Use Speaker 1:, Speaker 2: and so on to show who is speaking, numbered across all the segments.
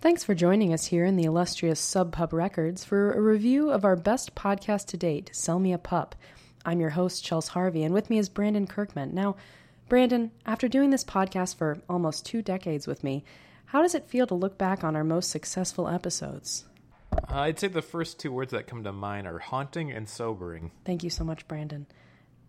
Speaker 1: Thanks for joining us here in the illustrious Sub Pub Records for a review of our best podcast to date, Sell Me a Pup. I'm your host, Chelsea Harvey, and with me is Brandon Kirkman. Now, Brandon, after doing this podcast for almost two decades with me, how does it feel to look back on our most successful episodes?
Speaker 2: Uh, I'd say the first two words that come to mind are haunting and sobering.
Speaker 1: Thank you so much, Brandon.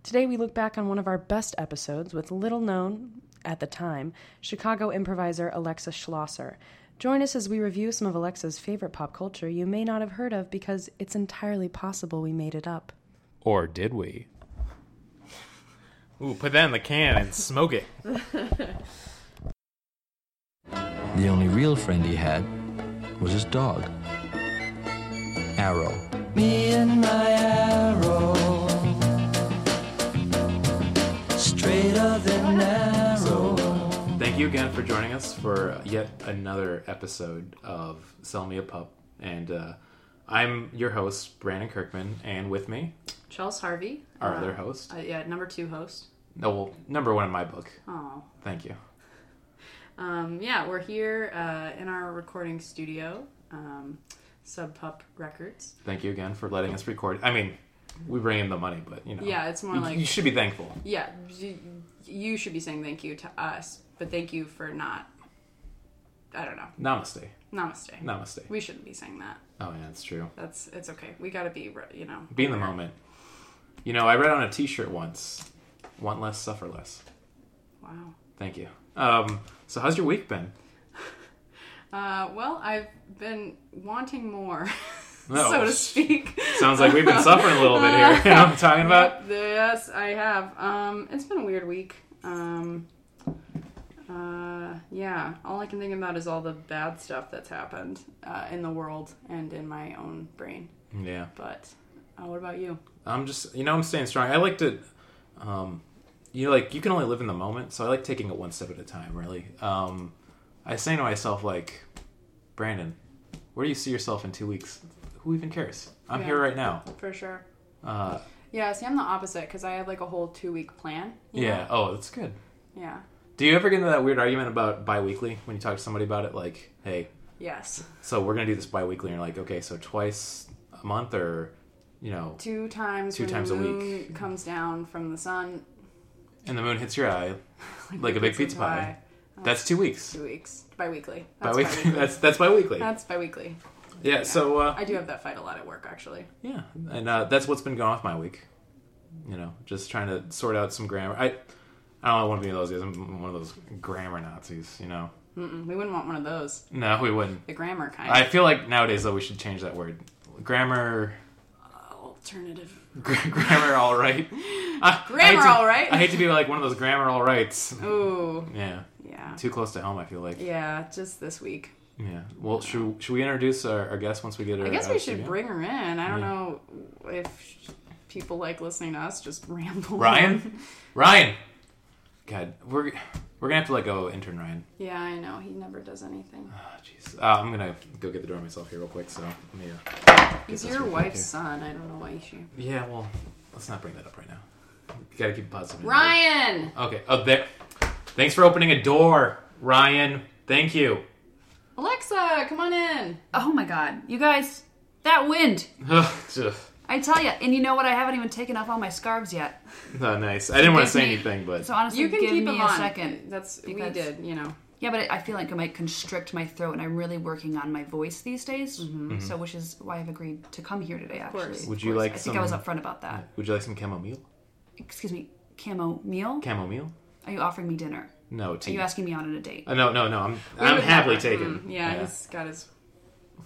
Speaker 1: Today we look back on one of our best episodes with little known, at the time, Chicago improviser Alexa Schlosser. Join us as we review some of Alexa's favorite pop culture you may not have heard of because it's entirely possible we made it up.
Speaker 2: Or did we? Ooh, put that in the can and smoke it.
Speaker 3: The only real friend he had was his dog, Arrow. Me and my arrow, straighter than arrow.
Speaker 2: Thank you again for joining us for yet another episode of Sell Me a Pup. And uh, I'm your host, Brandon Kirkman, and with me,
Speaker 4: Charles Harvey.
Speaker 2: Our other host.
Speaker 4: uh, yeah, number two host.
Speaker 2: no, well, number one in my book.
Speaker 4: Oh.
Speaker 2: Thank you.
Speaker 4: Um, yeah, we're here uh, in our recording studio, um, Sub Pup Records.
Speaker 2: Thank you again for letting us record. I mean, we bring in the money, but you know.
Speaker 4: Yeah, it's more
Speaker 2: you-
Speaker 4: like-
Speaker 2: you should be thankful.
Speaker 4: Yeah, you, you should be saying thank you to us, but thank you for not. I don't know.
Speaker 2: Namaste.
Speaker 4: Namaste.
Speaker 2: Namaste.
Speaker 4: We shouldn't be saying that.
Speaker 2: Oh, yeah, that's true.
Speaker 4: That's it's okay. We gotta be, re- you know.
Speaker 2: Be in the moment. You know, I read on a T-shirt once, "Want less, suffer less."
Speaker 4: Wow.
Speaker 2: Thank you. Um, so, how's your week been?
Speaker 4: Uh, well, I've been wanting more,
Speaker 2: No.
Speaker 4: so to speak.
Speaker 2: Sounds like we've been suffering a little bit here. You know what I'm talking about?
Speaker 4: Yes, I have. Um, it's been a weird week. Um, uh, yeah, all I can think about is all the bad stuff that's happened uh, in the world and in my own brain.
Speaker 2: Yeah,
Speaker 4: But uh, what about you?
Speaker 2: I'm just, you know, I'm staying strong. I like to, um, you know, like you can only live in the moment, so I like taking it one step at a time. Really, um, I say to myself, like, Brandon, where do you see yourself in two weeks? Who even cares? I'm
Speaker 4: Yeah.
Speaker 2: here right now.
Speaker 4: For sure.
Speaker 2: Uh,
Speaker 4: Yeah, see, I'm the opposite because I had like a whole two week plan. you
Speaker 2: yeah.
Speaker 4: know?
Speaker 2: Oh, that's good.
Speaker 4: Yeah.
Speaker 2: Do you ever get into that weird argument about biweekly when you talk to somebody about it? Like, hey,
Speaker 4: Yes.
Speaker 2: so we're gonna do this biweekly, and you're like, okay, so twice a month, or you know,
Speaker 4: Two times
Speaker 2: Two
Speaker 4: when
Speaker 2: times a
Speaker 4: the
Speaker 2: week.
Speaker 4: moon comes down from the sun.
Speaker 2: and the moon hits your eye like a big pizza pie. That's two weeks.
Speaker 4: Two weeks. Bi weekly. That's bi
Speaker 2: Biweekly.
Speaker 4: weekly.
Speaker 2: That's that's biweekly.
Speaker 4: That's bi weekly.
Speaker 2: yeah. So uh,
Speaker 4: I do have that fight a lot at work, actually.
Speaker 2: yeah, and uh, that's what's been going off my week. You know, just trying to sort out some grammar. I I don't want to be one of those guys. I'm one of those grammar Nazis. You know.
Speaker 4: Mm-mm, we wouldn't want one of those.
Speaker 2: No, we wouldn't.
Speaker 4: The grammar kind.
Speaker 2: I feel like nowadays though we should change that word. Grammar.
Speaker 4: Alternative.
Speaker 2: Gra- grammar all right. I- I hate
Speaker 4: Grammar
Speaker 2: to-
Speaker 4: all right.
Speaker 2: I hate to be like one of those grammar all rights.
Speaker 4: Ooh.
Speaker 2: Yeah,
Speaker 4: Yeah.
Speaker 2: too close to home. I feel like. Yeah.
Speaker 4: Yeah, just this week.
Speaker 2: Well, should should we introduce our, our guest once we get her?
Speaker 4: I guess
Speaker 2: out to
Speaker 4: we should
Speaker 2: you?
Speaker 4: bring her in. I don't
Speaker 2: Yeah.
Speaker 4: know if people like listening to us just ramble.
Speaker 2: Ryan. Ryan. God, we're we're gonna have to let go of intern Ryan.
Speaker 4: Yeah, I know. He never does anything.
Speaker 2: Ah, Jeez, uh, I'm gonna go get the door myself here real quick. So let me. Uh,
Speaker 4: He's
Speaker 2: this
Speaker 4: your
Speaker 2: right
Speaker 4: wife's
Speaker 2: here.
Speaker 4: son. I don't know why she.
Speaker 2: yeah. Well, let's not bring that up right now. You gotta keep positive.
Speaker 4: Ryan!
Speaker 2: Okay. Oh, there. Thanks for opening a door, Ryan. Thank you.
Speaker 4: Alexa, come on in.
Speaker 5: Oh my god, you guys, that wind!
Speaker 2: Ugh, ugh.
Speaker 5: I tell you, and you know what? I haven't even taken off all my scarves yet.
Speaker 2: Oh, nice. I didn't want to
Speaker 5: Give
Speaker 2: say
Speaker 5: me-
Speaker 2: anything, but
Speaker 5: So honestly,
Speaker 4: You can
Speaker 5: give
Speaker 4: keep
Speaker 5: me
Speaker 4: him
Speaker 5: a
Speaker 4: on.
Speaker 5: second.
Speaker 4: That's we
Speaker 5: because-
Speaker 4: did, you know.
Speaker 5: Yeah, but I feel like it might constrict my throat, and I'm really working on my voice these days. So, which is why I've agreed to come here today. Actually,
Speaker 4: Mm-hmm. course.
Speaker 2: Mm-hmm. Would you
Speaker 5: Of course.
Speaker 2: like
Speaker 5: I think I was
Speaker 2: some-
Speaker 5: upfront about that.
Speaker 2: would you like some chamomile?
Speaker 5: Excuse me, camo meal.
Speaker 2: Chamomile?
Speaker 5: Are you offering me dinner?
Speaker 2: No,
Speaker 5: Are
Speaker 2: tea.
Speaker 5: you asking me out on a date?
Speaker 2: Uh, no, no, no. I'm I'm
Speaker 4: would
Speaker 2: happily
Speaker 4: not-
Speaker 2: taken.
Speaker 4: Mm, yeah, he's got his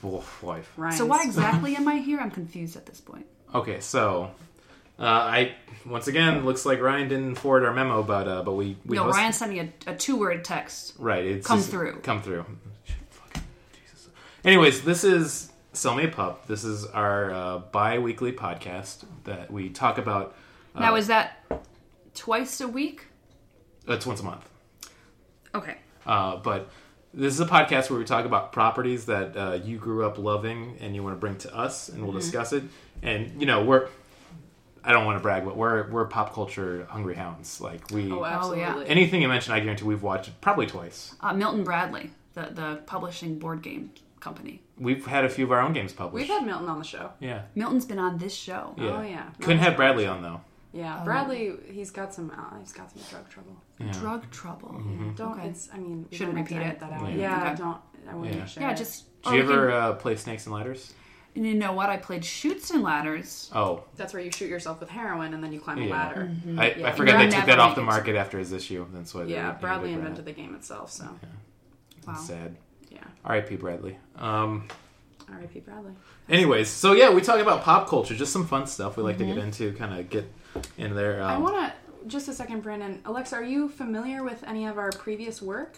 Speaker 2: Oof, wife.
Speaker 4: Ryan's.
Speaker 5: so why exactly am I here? I'm confused at this point.
Speaker 2: Okay, so uh, I once again looks like Ryan didn't forward our memo, but uh, but we we
Speaker 5: no,
Speaker 2: host-
Speaker 5: Ryan sent me a, a two-word text.
Speaker 2: right. It's
Speaker 5: Come
Speaker 2: just-
Speaker 5: through.
Speaker 2: Come through. Fucking Jesus. Anyways, this is Sell Me a Pup. This is our uh, bi-weekly podcast that we talk about.
Speaker 5: now, is that twice a week?
Speaker 2: That's uh, once a month.
Speaker 5: Okay.
Speaker 2: Uh, but this is a podcast where we talk about properties that uh, you grew up loving and you want to bring to us, and we'll
Speaker 4: Mm-hmm.
Speaker 2: discuss it. And you know, we're I don't want to brag, but we're we're pop culture hungry hounds. Like we
Speaker 4: Oh,
Speaker 5: yeah.
Speaker 4: absolutely.
Speaker 2: anything you mention, I guarantee we've watched probably twice.
Speaker 5: Uh, Milton Bradley. the the publishing board game company.
Speaker 2: We've had a few of our own games published.
Speaker 4: We've had Milton on the show.
Speaker 2: yeah.
Speaker 5: Milton's been on this show.
Speaker 2: Yeah.
Speaker 4: Oh, yeah.
Speaker 2: Couldn't have Bradley on though.
Speaker 4: Yeah, Bradley, he's got some uh, he's got some drug trouble.
Speaker 5: Drug trouble.
Speaker 2: Mm-hmm.
Speaker 4: Don't
Speaker 5: Okay.
Speaker 4: it's I mean we
Speaker 5: Shouldn't
Speaker 4: don't have to
Speaker 5: repeat
Speaker 4: edit
Speaker 5: it.
Speaker 4: That out.
Speaker 5: Yeah.
Speaker 4: Yeah,
Speaker 5: Okay.
Speaker 4: don't I wouldn't
Speaker 2: Yeah.
Speaker 4: share
Speaker 5: Yeah,
Speaker 4: it.
Speaker 5: just.
Speaker 2: Did
Speaker 4: Oh,
Speaker 5: or
Speaker 2: you
Speaker 5: we
Speaker 2: ever uh, play Snakes and Ladders?
Speaker 5: Can, you know what? I played Shoots and Ladders.
Speaker 2: Oh,
Speaker 4: that's where you shoot yourself with heroin and then you climb a
Speaker 2: Yeah.
Speaker 4: ladder.
Speaker 2: I,
Speaker 4: Mm-hmm. Yeah.
Speaker 2: I forgot
Speaker 5: You're
Speaker 2: they took that
Speaker 5: never
Speaker 2: off the
Speaker 5: making it.
Speaker 2: market after his issue. That's why. they
Speaker 4: Yeah,
Speaker 2: ended
Speaker 4: Bradley
Speaker 2: Brad.
Speaker 4: invented the game itself, so
Speaker 5: Wow.
Speaker 2: It's sad.
Speaker 4: yeah.
Speaker 2: R.I.P. Bradley. Um.
Speaker 4: R.I.P. Bradley.
Speaker 2: Anyways, so yeah, we talk about pop culture, just some fun stuff we like to get into, kind of get in there. Um,
Speaker 4: Mm-hmm. I wanna just a second, Brandon. Alexa, are you familiar with any of our previous work?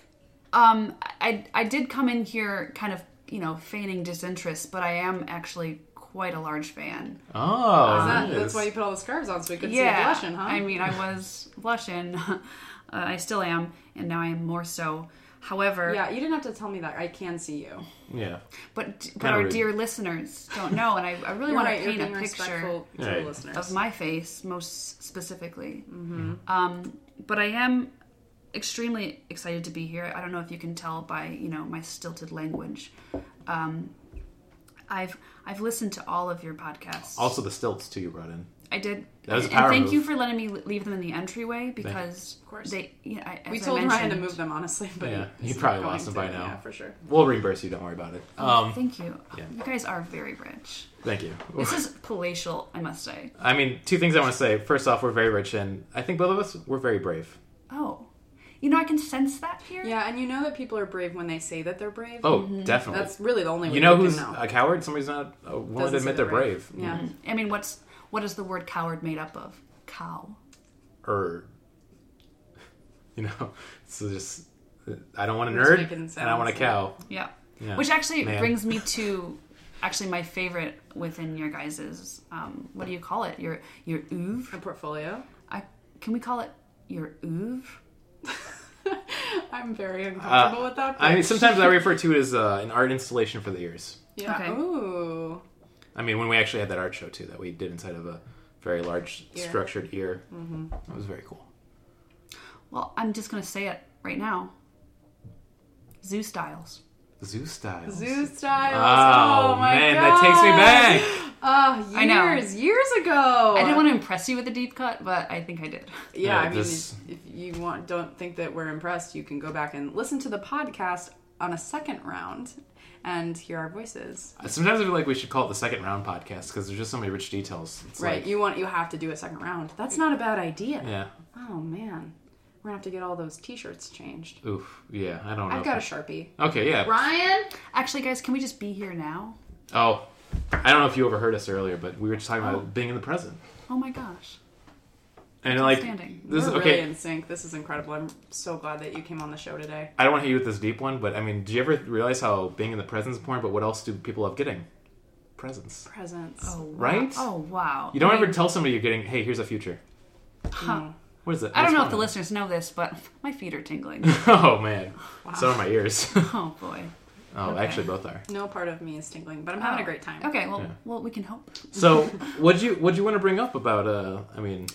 Speaker 5: Um, I I did come in here kind of you know feigning disinterest, but I am actually quite a large fan.
Speaker 2: Oh,
Speaker 4: Is that-
Speaker 2: nice.
Speaker 4: That's why you put all the scarves on so we could
Speaker 5: yeah,
Speaker 4: see you blushing, huh?
Speaker 5: I mean, I was blushing. uh, I still am, and now I am more so. However,
Speaker 4: yeah, you didn't have to tell me that. I can see you.
Speaker 2: Yeah.
Speaker 5: but but
Speaker 2: Kinda
Speaker 5: our
Speaker 2: rude.
Speaker 5: dear listeners don't know, and I, I really want to
Speaker 4: you're
Speaker 5: paint a
Speaker 4: being
Speaker 5: picture
Speaker 4: respectful to
Speaker 2: Right.
Speaker 4: the listeners.
Speaker 5: of my face, most specifically.
Speaker 4: Mm-hmm.
Speaker 2: Mm-hmm.
Speaker 5: Um, but I am extremely excited to be here. I don't know if you can tell by you know my stilted language. Um, I've I've listened to all of your podcasts.
Speaker 2: Also, the stilts too you brought in.
Speaker 5: I did.
Speaker 2: That was a
Speaker 5: and
Speaker 2: power
Speaker 5: thank
Speaker 2: move.
Speaker 5: you for letting me l- leave them in the entryway because
Speaker 4: Of course.
Speaker 5: they. Yeah, I, as
Speaker 4: we
Speaker 5: I
Speaker 4: told Ryan to
Speaker 5: mentioned-
Speaker 4: move them, honestly, but
Speaker 2: Yeah, he
Speaker 4: he's
Speaker 2: probably
Speaker 4: not
Speaker 2: lost
Speaker 4: going
Speaker 2: them by
Speaker 4: to.
Speaker 2: now.
Speaker 4: Yeah, for sure.
Speaker 2: We'll reimburse you. Don't worry about it. Um,
Speaker 5: Thank you.
Speaker 2: Yeah.
Speaker 5: You guys are very rich.
Speaker 2: thank you.
Speaker 5: This is palatial, I must say.
Speaker 2: I mean, two things I want to say. First off, we're very rich, and I think both of us we're very brave.
Speaker 5: Oh, you know I can sense that here.
Speaker 4: Yeah, and you know that people are brave when they say that they're brave.
Speaker 2: Oh, definitely.
Speaker 4: Mm-hmm. that's really the only way
Speaker 2: you know
Speaker 4: you
Speaker 2: who's
Speaker 4: can know.
Speaker 2: a coward? Somebody's not uh, willing
Speaker 4: Doesn't
Speaker 2: to
Speaker 4: say
Speaker 2: admit they're brave.
Speaker 4: Yeah,
Speaker 5: I mean, what's what is the word coward made up of? Cow.
Speaker 2: Or, Er, you know, so just I don't want a
Speaker 4: We're just
Speaker 2: nerd,
Speaker 4: making
Speaker 2: and I
Speaker 4: sounds,
Speaker 2: want a
Speaker 4: yeah.
Speaker 2: cow.
Speaker 5: Yeah.
Speaker 2: Yeah.
Speaker 5: Which actually
Speaker 2: Man.
Speaker 5: brings me to actually my favorite within your guys's um, what do you call it? Your your
Speaker 4: a
Speaker 5: oeuvre.
Speaker 4: portfolio.
Speaker 5: I can we call it your oeuvre?
Speaker 4: I'm very uncomfortable with that.
Speaker 2: Uh, I mean,
Speaker 4: but-
Speaker 2: sometimes I refer to it as uh, an art installation for the ears.
Speaker 4: yeah.
Speaker 5: Okay.
Speaker 4: Ooh,
Speaker 2: I mean, when we actually had that art show too, that we did inside of a very large
Speaker 4: Ear.
Speaker 2: structured ear, mm-hmm. it was very cool.
Speaker 5: Well, I'm just gonna say it right now. Zoo styles.
Speaker 2: Zoo style.
Speaker 4: zoo style.
Speaker 2: Oh,
Speaker 4: Oh, my
Speaker 2: man,
Speaker 4: God.
Speaker 2: that takes me back.
Speaker 4: Ah, years,
Speaker 5: I know.
Speaker 4: years ago.
Speaker 5: I didn't want to impress you with a deep cut, but I think I did.
Speaker 4: Yeah,
Speaker 2: Yeah,
Speaker 4: I mean,
Speaker 2: this-
Speaker 4: if you want, don't think that we're impressed. You can go back and listen to the podcast on a second round and hear our voices.
Speaker 2: Sometimes I feel like we should call it the second round podcast because there's just so many rich details. It's
Speaker 4: right?
Speaker 2: like-
Speaker 4: you want you have to do a second round. That's not a bad idea.
Speaker 2: yeah.
Speaker 4: Oh man, we're gonna have to get all those T-shirts changed.
Speaker 2: Oof. Yeah. I don't know.
Speaker 4: I've got a sharpie.
Speaker 2: okay. Yeah.
Speaker 4: Ryan,
Speaker 5: Actually, guys, can we just be here now?
Speaker 2: Oh, I don't know if you overheard us earlier, but we were just talking about being in the present.
Speaker 5: Oh my gosh.
Speaker 2: And like,
Speaker 5: outstanding.
Speaker 2: this is
Speaker 4: we're
Speaker 2: okay.
Speaker 4: really in sync. This is incredible. I'm so glad that you came on the show today.
Speaker 2: I don't want to hit you with this deep one, but I mean, do you ever realize how being in the present is important? But what else do people love getting? Presents.
Speaker 4: Presents.
Speaker 5: Oh, wow.
Speaker 2: Right?
Speaker 5: Oh wow.
Speaker 2: You don't
Speaker 5: I mean,
Speaker 2: ever tell somebody you're getting, hey, here's a future.
Speaker 5: huh.
Speaker 2: What is it?
Speaker 5: I don't
Speaker 2: What's
Speaker 5: know if the
Speaker 2: going
Speaker 5: listeners know this, but my feet are tingling.
Speaker 2: on? Oh man, so are my ears. oh,
Speaker 5: oh boy. Oh.
Speaker 2: actually, both are.
Speaker 4: No part of me is tingling, but I'm having a great time.
Speaker 5: Okay, well,
Speaker 2: Yeah.
Speaker 5: well, we can hope.
Speaker 2: So, what you what you want to bring up about? Uh, I mean,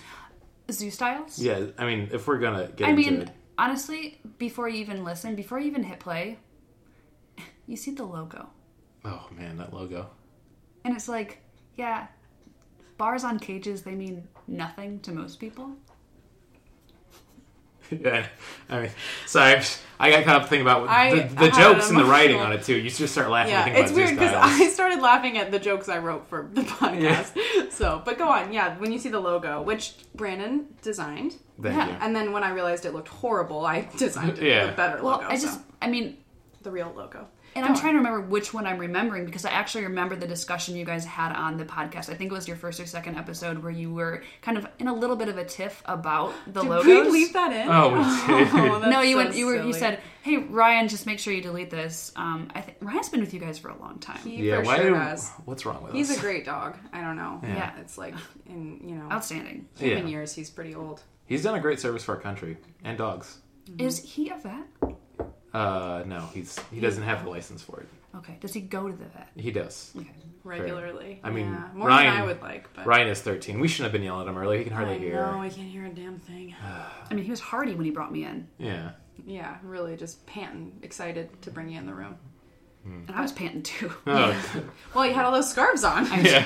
Speaker 5: Zoo styles.
Speaker 2: yeah, I mean, if we're gonna get
Speaker 5: I
Speaker 2: into
Speaker 5: mean,
Speaker 2: it,
Speaker 5: honestly, before you even listen, before you even hit play, you see the logo,
Speaker 2: oh man, that logo.
Speaker 5: and it's like, yeah, bars on cages. They mean nothing to most people.
Speaker 2: Yeah, I mean, sorry, I got caught up thinking about
Speaker 4: I
Speaker 2: the, the
Speaker 4: had
Speaker 2: jokes
Speaker 4: an
Speaker 2: and the writing
Speaker 4: emotional-
Speaker 2: on it too. You just start laughing.
Speaker 4: Yeah,
Speaker 2: when you think
Speaker 4: it's
Speaker 2: about
Speaker 4: weird
Speaker 2: Zeus
Speaker 4: because
Speaker 2: Dials.
Speaker 4: I started laughing at the jokes I wrote for the podcast. So, but go on. Yeah, when you see the logo, which Brandon designed,
Speaker 2: Thank
Speaker 5: Yeah,
Speaker 2: you.
Speaker 4: and then when I realized it looked horrible, I designed
Speaker 2: Yeah.
Speaker 4: a better
Speaker 5: Well,
Speaker 4: logo.
Speaker 5: I just,
Speaker 4: so,
Speaker 5: I mean,
Speaker 4: the real logo.
Speaker 5: and I'm trying to remember which one I'm remembering because I actually remember the discussion you guys had on the podcast. I think it was your first or second episode where you were kind of in a little bit of a tiff about the
Speaker 4: Did
Speaker 5: logos.
Speaker 4: we leave that in?
Speaker 2: Oh, we did.
Speaker 4: that's
Speaker 5: no,
Speaker 4: so
Speaker 5: you went. You were. You
Speaker 4: silly.
Speaker 5: said, "Hey, Ryan, just make sure you delete this." Um, I think Ryan's been with you guys for a long time.
Speaker 4: He
Speaker 2: yeah,
Speaker 4: for
Speaker 2: why?
Speaker 4: sure
Speaker 2: do-
Speaker 4: does.
Speaker 2: What's wrong with
Speaker 4: He's
Speaker 2: us?
Speaker 4: a great dog. I don't know. Yeah,
Speaker 5: Yeah.
Speaker 4: it's like in you know
Speaker 5: Outstanding.
Speaker 4: human
Speaker 2: Yeah.
Speaker 4: years, he's pretty old.
Speaker 2: He's done a great service for our country and dogs.
Speaker 5: Is he a vet?
Speaker 2: Uh, no, he's he doesn't have the license for it.
Speaker 5: Okay. Does he go to the vet?
Speaker 2: He does.
Speaker 5: Okay.
Speaker 4: regularly.
Speaker 2: I mean,
Speaker 4: yeah. more
Speaker 2: Ryan-
Speaker 4: than I would like. But
Speaker 2: Ryan is 13. We shouldn't have been yelling at him earlier. He can hardly
Speaker 4: I
Speaker 2: hear.
Speaker 4: know I can't hear a damn thing.
Speaker 5: I mean, he was hardy when he brought me in.
Speaker 2: Yeah.
Speaker 4: yeah, really just panting, excited to bring you in the room.
Speaker 5: And I was panting too.
Speaker 2: Oh,
Speaker 4: Well, you had all those scarves on.
Speaker 2: yeah.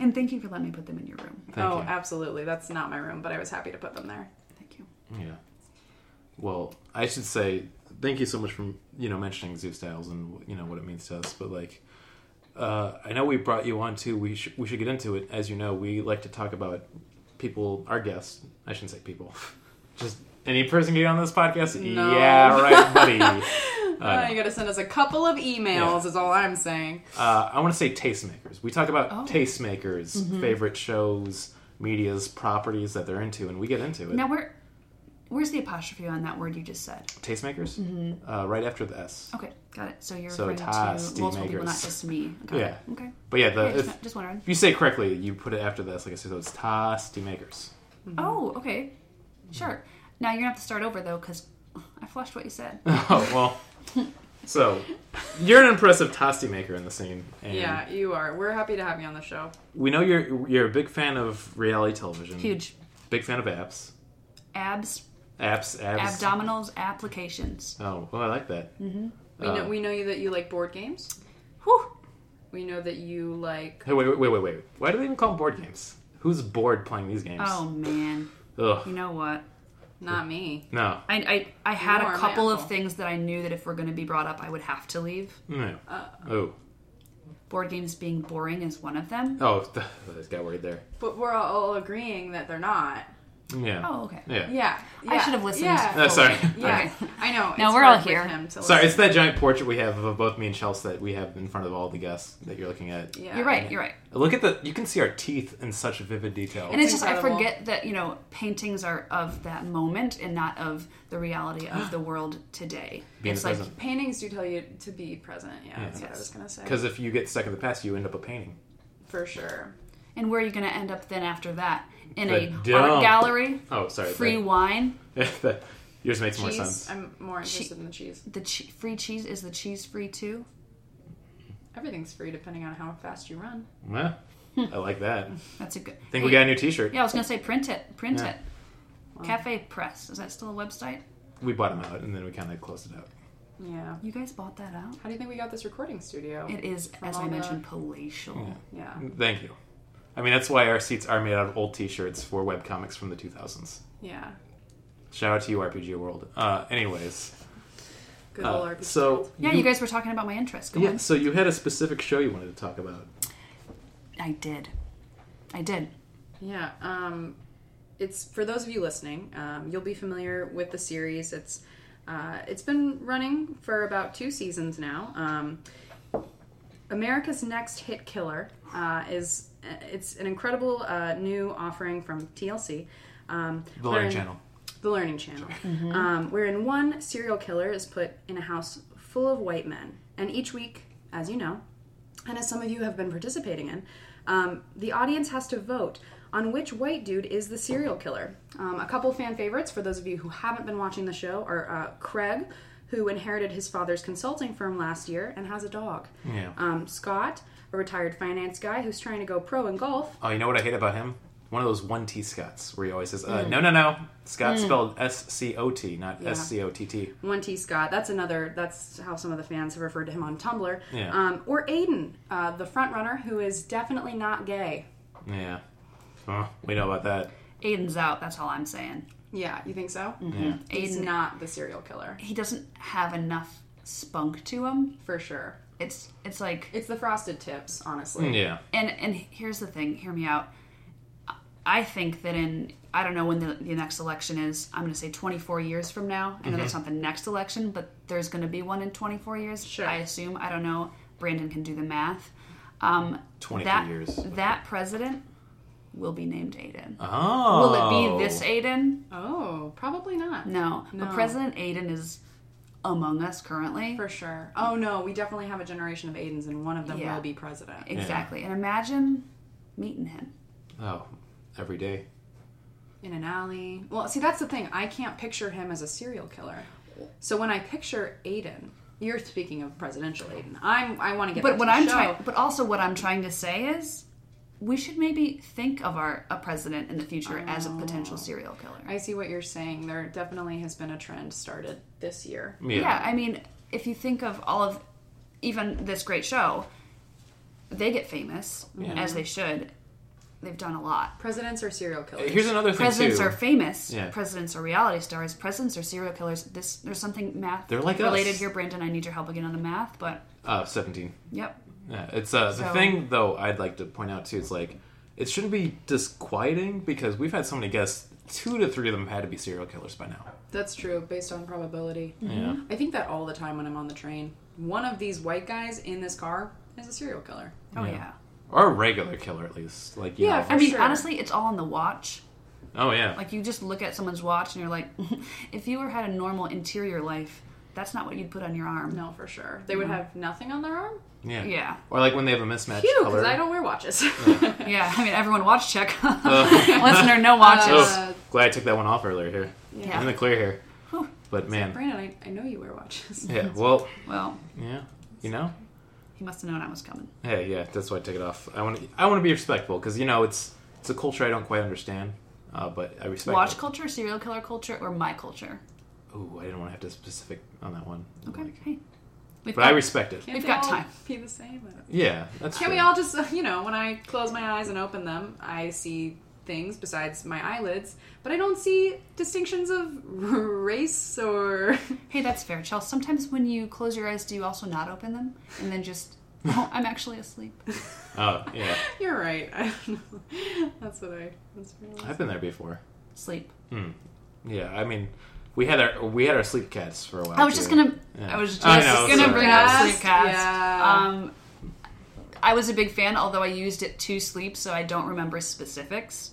Speaker 5: and thank you for letting me put them in your room.
Speaker 2: Thank
Speaker 4: oh,
Speaker 2: you.
Speaker 4: absolutely. That's not my room, but I was happy to put them there.
Speaker 5: Thank you.
Speaker 2: Yeah. Well, I should say thank you so much for you know mentioning Zeus Styles and you know what it means to us. But like, uh, I know we brought you on too. We sh- we should get into it. As you know, we like to talk about people, our guests. I shouldn't say people. Just any person getting on this podcast.
Speaker 4: No.
Speaker 2: Yeah, right, buddy. uh,
Speaker 4: Oh, you gotta send us a couple of emails, is all I'm saying.
Speaker 2: uh, I want to say tastemakers. We talk about
Speaker 5: Oh. Mm-hmm.
Speaker 2: tastemakers, favorite shows, media's properties that they're into, and we get into it.
Speaker 5: Now where where's the apostrophe on that word you just said?
Speaker 2: Tastemakers,
Speaker 5: Mm-hmm.
Speaker 2: uh, right after the S.
Speaker 5: Okay, got it. So you're
Speaker 2: So
Speaker 5: referring
Speaker 2: tasty
Speaker 5: to multiple people,
Speaker 2: makers.
Speaker 5: not just me. Got it.
Speaker 2: Yeah.
Speaker 5: Okay.
Speaker 2: But yeah, the
Speaker 5: Yeah,
Speaker 2: if-
Speaker 5: just, just wondering.
Speaker 2: If you say it correctly, you put it after this, like I said, so it's Tosti Makers.
Speaker 5: Oh, okay. Sure. Now you're gonna have to start over though, because I flushed what you said.
Speaker 2: oh, well. So, you're an impressive Tosti Maker in the scene. And
Speaker 4: Yeah, you are. We're happy to have you on the show.
Speaker 2: We know you're you're a big fan of reality television.
Speaker 5: Huge.
Speaker 2: Big fan of apps.
Speaker 5: Abs,
Speaker 2: Apps, apps.
Speaker 5: abdominals, applications.
Speaker 2: oh, well, I like that.
Speaker 4: We
Speaker 2: Uh,
Speaker 4: know we know you that you like board games.
Speaker 5: Whew.
Speaker 4: We know that you like
Speaker 2: Hey, wait, wait, wait, wait, wait. Why do they even call them board games? Who's bored playing these games?
Speaker 5: Oh man.
Speaker 2: Ugh.
Speaker 5: You know what?
Speaker 4: not me.
Speaker 2: No.
Speaker 5: I, I, I had
Speaker 4: are
Speaker 5: a
Speaker 4: an
Speaker 5: couple of
Speaker 4: asshole.
Speaker 5: things that I knew that if we're going to be brought up, I would have to leave.
Speaker 2: No.
Speaker 5: Uh.
Speaker 2: oh.
Speaker 5: Board games being boring is one of them.
Speaker 2: Oh, I just got worried there.
Speaker 4: But we're all agreeing that they're not.
Speaker 2: Yeah.
Speaker 5: Oh, okay.
Speaker 2: Yeah.
Speaker 4: Yeah.
Speaker 5: I
Speaker 4: yeah,
Speaker 5: should have listened.
Speaker 4: Yeah.
Speaker 2: No, sorry.
Speaker 4: Yeah. I know.
Speaker 5: Now
Speaker 4: it's
Speaker 5: we're all
Speaker 4: hard with
Speaker 5: here.
Speaker 4: him to
Speaker 2: Uh, Sorry,
Speaker 4: listen.
Speaker 2: it's that giant portrait we have of both me and Chelsea that we have in front of all the guests that you're looking at.
Speaker 4: Yeah.
Speaker 5: You're right. You're right.
Speaker 2: Look at the. You can see our teeth in such vivid detail.
Speaker 5: And it's, just
Speaker 4: incredible.
Speaker 5: I forget that you know paintings are of that moment and not of the reality of the world today.
Speaker 2: Be in
Speaker 5: it's
Speaker 2: the
Speaker 5: like
Speaker 2: present.
Speaker 4: Paintings do tell you to be present. Yeah, that's what I
Speaker 2: Mhm.
Speaker 5: Yes.
Speaker 4: was gonna say.
Speaker 2: Because if you get stuck in the past, you end up a painting.
Speaker 4: For sure.
Speaker 5: and where are you going to end up then after that in
Speaker 2: The
Speaker 5: a
Speaker 2: dump.
Speaker 5: art gallery?
Speaker 2: Oh, sorry.
Speaker 5: Free
Speaker 2: that-
Speaker 5: wine.
Speaker 2: that- yours makes more
Speaker 4: Cheese.
Speaker 2: sense.
Speaker 4: I'm more interested
Speaker 5: Che-
Speaker 4: in the cheese.
Speaker 5: The che- free cheese is the cheese free too.
Speaker 4: Everything's free depending on how fast you run.
Speaker 2: Well, I like that.
Speaker 5: That's a good.
Speaker 2: think we got a new T-shirt.
Speaker 5: Hmm. Yeah, I was gonna say print it. Print
Speaker 2: Yeah.
Speaker 5: it. Cafe Press is that still a website?
Speaker 2: We bought them out, and then we kind of closed it out.
Speaker 4: Yeah.
Speaker 5: You guys bought that out.
Speaker 4: How do you think we got this recording studio?
Speaker 5: It is,
Speaker 4: From
Speaker 5: as
Speaker 4: all
Speaker 5: I
Speaker 4: the-
Speaker 5: mentioned, palatial.
Speaker 4: Yeah.
Speaker 2: Thank you. I mean, that's why our seats are made out of old T-shirts for webcomics from the 2000s.
Speaker 4: Yeah.
Speaker 2: Shout out to you, RPG World. Uh, anyways,
Speaker 4: Good
Speaker 2: uh,
Speaker 4: old RP.
Speaker 2: so
Speaker 5: Yeah, you guys were talking about my interest. Go
Speaker 2: Yeah, so you had a specific show you wanted to talk about.
Speaker 5: on. I did. I did.
Speaker 4: Yeah. Um, it's for those of you listening. Um, you'll be familiar with the series. It's uh, it's been running for about two seasons now. Um, America's Next Hit Killer uh, is it's an incredible uh, new offering from TLC. Um,
Speaker 2: The Learning
Speaker 4: wherein-
Speaker 2: Channel.
Speaker 4: the Learning Channel, um, wherein one serial killer is put in a house full of white men. And each week, as you know, and as some of you have been participating in, um, the audience has to vote on which white dude is the serial killer. Um, a couple fan favorites, for those of you who haven't been watching the show, are uh, Craig, who inherited his father's consulting firm last year and has a dog,
Speaker 2: Yeah.
Speaker 4: um, Scott, a retired finance guy who's trying to go pro in golf,
Speaker 2: Oh, you know what I hate about him? One of those one T Scots where he always says, uh,
Speaker 5: Hmm.
Speaker 2: "No, no, no." Scott spelled S C O T, not S C O T T.
Speaker 4: One T Scott. That's another. That's how some of the fans have referred to him on Tumblr.
Speaker 2: Yeah.
Speaker 4: Um, or Aiden, uh, the front runner, who is definitely not gay.
Speaker 2: Yeah, Huh, we know about that.
Speaker 5: Aiden's out. That's all I'm saying.
Speaker 4: Yeah, you think so?
Speaker 2: Yeah,
Speaker 4: He's
Speaker 5: Aiden-
Speaker 4: not the serial killer
Speaker 5: He doesn't have enough spunk to him.
Speaker 4: for sure.
Speaker 5: It's it's like
Speaker 4: It's the frosted tips, honestly.
Speaker 2: Mm, yeah,
Speaker 5: and and here's the thing. Hear me out. I think that in I don't know when the, the next election is. I'm going to say 24 years from now.
Speaker 4: Mm-hmm.
Speaker 5: I know that's not the next election, but there's going to be one in 24 years.
Speaker 4: Sure.
Speaker 5: I assume. I don't know. Brandon can do the math. Um,
Speaker 2: 23
Speaker 5: that,
Speaker 2: years.
Speaker 5: That president will be named Aiden.
Speaker 2: Oh,
Speaker 5: Will it be this Aiden?
Speaker 4: Oh, probably not.
Speaker 5: No.
Speaker 4: No.
Speaker 5: But President Aiden is among us currently.
Speaker 4: For sure. Oh no, we definitely have a generation of Aidens, and one of them
Speaker 5: Yeah.
Speaker 4: will be president.
Speaker 5: Exactly. And imagine meeting him.
Speaker 2: Oh, every day.
Speaker 4: in an alley. Well, see, that's the thing. I can't picture him as a serial killer. So when I picture Aiden, you're speaking of presidential Aiden. I'm. I want to get. back
Speaker 5: But
Speaker 4: to
Speaker 5: what
Speaker 4: the
Speaker 5: I'm
Speaker 4: show.
Speaker 5: trying, but also what I'm trying to say is, we should maybe think of our a president in the future as a potential serial killer.
Speaker 4: I see what you're saying. There definitely has been a trend started this year.
Speaker 2: Yeah.
Speaker 5: yeah, I mean, if you think of all of even this great show, they get famous as they should. They've done a lot.
Speaker 4: Presidents are serial killers.
Speaker 2: Here's another thing
Speaker 5: presidents
Speaker 2: too.
Speaker 5: are famous.
Speaker 2: Yeah.
Speaker 5: Presidents are reality stars. Presidents are serial killers. This there's something math
Speaker 2: They're like
Speaker 5: related
Speaker 2: us.
Speaker 5: here, Brandon. I need your help again on the math, but
Speaker 2: uh, Seventeen.
Speaker 5: yep.
Speaker 2: Yeah, it's uh, the
Speaker 5: So-
Speaker 2: thing though. I'd like to point out too. It's like it shouldn't be disquieting because we've had so many guests. Two to three of them have had to be serial killers by now.
Speaker 4: That's true, based on probability.
Speaker 5: Hmm.
Speaker 2: Yeah.
Speaker 4: I think that all the time when I'm on the train. One of these white guys in this car is a serial killer.
Speaker 5: Oh
Speaker 2: Yeah.
Speaker 5: yeah.
Speaker 2: Or a regular killer at least. Like you
Speaker 4: Yeah,
Speaker 2: know.
Speaker 4: for
Speaker 5: I mean,
Speaker 4: sure.
Speaker 5: honestly, it's all on the watch.
Speaker 2: Oh yeah.
Speaker 5: Like you just look at someone's watch and you're like, if you were had a normal interior life, that's not what you'd put on your arm.
Speaker 4: No, for sure. They
Speaker 5: Mm-hmm.
Speaker 4: would have nothing on their arm?
Speaker 2: yeah.
Speaker 5: Yeah.
Speaker 2: Or like when they have a mismatched
Speaker 4: Phew,
Speaker 2: color.
Speaker 4: because I don't wear watches.
Speaker 5: Yeah. I mean, everyone watch check. Listener, no
Speaker 4: Uh,
Speaker 5: watches.
Speaker 2: Oh, glad I took that one off earlier here.
Speaker 5: Yeah.
Speaker 2: I'm in the clear here. But man,
Speaker 4: Brandon, I, I know you wear watches.
Speaker 2: yeah. Well,
Speaker 5: Well,
Speaker 2: yeah. You know.
Speaker 5: he must have known I was coming.
Speaker 2: Hey, yeah, that's why I took it off. I want to, I want to be respectful because you know it's it's a culture I don't quite understand, uh, but I respect.
Speaker 5: Watch
Speaker 2: it.
Speaker 5: culture, serial killer culture, or my culture.
Speaker 2: Ooh, I didn't want to have to specific on that one.
Speaker 5: Okay.
Speaker 2: Like-
Speaker 5: Hey. We've
Speaker 2: but I
Speaker 5: got-
Speaker 2: respect it.
Speaker 4: Can't
Speaker 5: We've
Speaker 4: they
Speaker 5: got
Speaker 4: all
Speaker 5: time.
Speaker 4: Be the same.
Speaker 2: Yeah, that's.
Speaker 4: Can
Speaker 2: true.
Speaker 4: we all just, you know, when I close my eyes and open them, I see things besides my eyelids, but I don't see distinctions of race or.
Speaker 5: Hey, that's fair, Chelsea. Sometimes when you close your eyes, do you also not open them and then just, oh, I'm actually asleep?
Speaker 2: Oh yeah,
Speaker 4: You're right. I don't know. That's what I was realizing.
Speaker 2: I've been there before.
Speaker 5: Sleep.
Speaker 2: Yeah, I mean, we had our we had our sleep cats for a while.
Speaker 5: I was
Speaker 2: too.
Speaker 5: just gonna,
Speaker 2: Yeah.
Speaker 5: I was just
Speaker 2: I know,
Speaker 5: gonna
Speaker 2: sorry.
Speaker 5: bring up
Speaker 4: Cast,
Speaker 5: sleep cast.
Speaker 4: yeah.
Speaker 5: Um, I was a big fan, although I used it to sleep, so I don't remember specifics.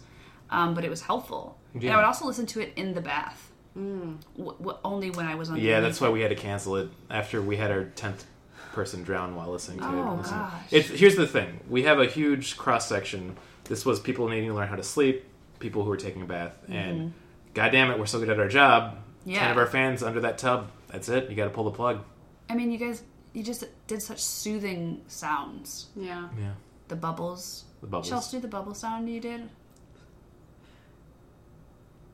Speaker 5: Um, but it was helpful, and
Speaker 2: Yeah.
Speaker 5: I would also listen to it in the bath.
Speaker 4: Mm.
Speaker 5: W- w- only when I was on.
Speaker 2: Yeah, that's why we had to cancel it after we had our tenth person drown while listening to it.
Speaker 5: Oh,
Speaker 2: Listen-
Speaker 5: gosh.
Speaker 2: It, here's the thing: we have a huge cross section. This was people needing to learn how to sleep, people who were taking a bath, and God damn it, we're so good at our job. Ten
Speaker 5: Mm-hmm. Yeah.
Speaker 2: of our fans under that tub. That's it. You got to pull the plug.
Speaker 5: I mean, you guys, you just did such soothing sounds.
Speaker 4: Yeah.
Speaker 2: Yeah,
Speaker 5: The bubbles.
Speaker 2: the bubbles.
Speaker 5: Chelsea, do the bubble sound you did.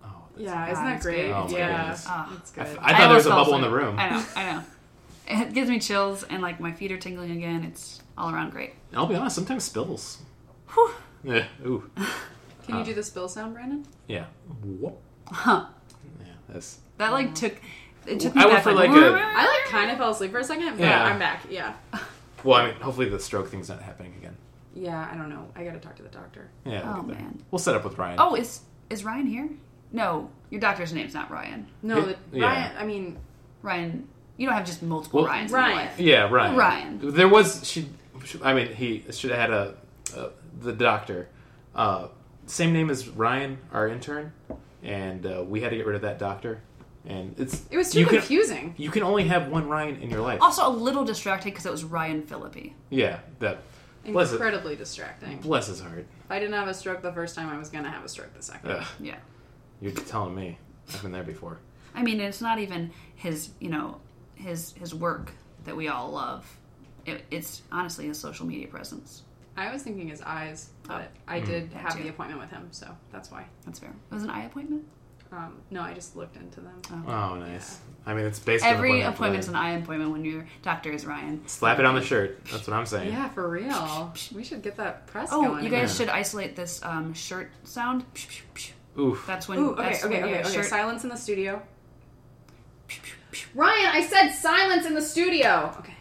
Speaker 2: Oh, that's-
Speaker 4: Yeah, isn't that
Speaker 5: it's
Speaker 4: great?
Speaker 5: good.
Speaker 2: Oh my
Speaker 4: yeah,
Speaker 2: goodness.
Speaker 5: Ah.
Speaker 4: it's
Speaker 2: I,
Speaker 4: good.
Speaker 2: I thought there was
Speaker 5: almost
Speaker 2: a
Speaker 5: fell
Speaker 2: bubble in the
Speaker 5: asleep.
Speaker 2: room.
Speaker 5: I know, I know. It gives me chills, and like my feet are tingling again. It's all around great.
Speaker 2: And I'll be honest. Sometimes spills.
Speaker 5: Whew.
Speaker 2: Yeah. Ooh.
Speaker 4: Can
Speaker 2: uh,
Speaker 4: you do the spill sound, Brandon?
Speaker 2: Yeah. Whoop. Yeah. That's.
Speaker 5: That like took it took me
Speaker 2: I went
Speaker 5: back,
Speaker 2: for,
Speaker 5: Mm. like,
Speaker 2: like, a-
Speaker 4: I like kind of fell asleep for a second, but
Speaker 2: Yeah.
Speaker 4: I'm back. Yeah.
Speaker 2: Well, I mean, hopefully the stroke thing's not happening again.
Speaker 4: Yeah, I don't know. I gotta talk to the doctor.
Speaker 2: Yeah. we'll
Speaker 5: Oh,
Speaker 2: get there.
Speaker 5: man.
Speaker 2: We'll set up with Ryan.
Speaker 5: oh, is is Ryan here? No, your doctor's name's not Ryan.
Speaker 4: No,
Speaker 2: It-
Speaker 4: the-
Speaker 2: yeah.
Speaker 4: Ryan, I mean,
Speaker 5: Ryan, you don't have just multiple
Speaker 2: Well,
Speaker 5: Ryans. In your
Speaker 4: Ryan.
Speaker 5: life.
Speaker 2: Yeah, Ryan.
Speaker 5: Ryan.
Speaker 2: There was she. she- I mean, he should have had a, a the doctor. Uh, same name as Ryan, our intern, and uh, we had to get rid of that doctor. And it's
Speaker 4: It was too
Speaker 2: you can-
Speaker 4: confusing.
Speaker 2: you can only have one Ryan in your life.
Speaker 5: Also, a little distracted because it was Ryan Philippi.
Speaker 2: yeah, that bless his,
Speaker 4: Incredibly distracting.
Speaker 2: bless his heart.
Speaker 4: If I didn't have a stroke the first time, I was gonna have a stroke the second.
Speaker 2: Ugh,
Speaker 5: Yeah,
Speaker 2: you're telling me I've been there before.
Speaker 5: I mean, it's not even his, you know, his his work that we all love. It, it's honestly his social media presence.
Speaker 4: I was thinking his eyes, but
Speaker 2: Mm.
Speaker 4: I did have the appointment with him, so that's why.
Speaker 5: That's fair. It was an eye appointment.
Speaker 4: Um, no, I just looked into them.
Speaker 2: Oh, nice. I mean, it's basically
Speaker 5: Every appointment's an eye appointment when your doctor is Ryan.
Speaker 2: Slap it on the shirt. That's what I'm saying.
Speaker 4: Yeah, for real. We should get that press
Speaker 5: Oh,
Speaker 4: going.
Speaker 5: you guys should isolate this um, shirt sound.
Speaker 2: Oof.
Speaker 5: That's when.
Speaker 4: Ooh, okay,
Speaker 5: that's
Speaker 4: okay,
Speaker 5: when
Speaker 4: okay,
Speaker 5: your
Speaker 4: okay.
Speaker 5: shirt-
Speaker 4: Silence in the studio. Ryan, I said silence in the studio. Okay,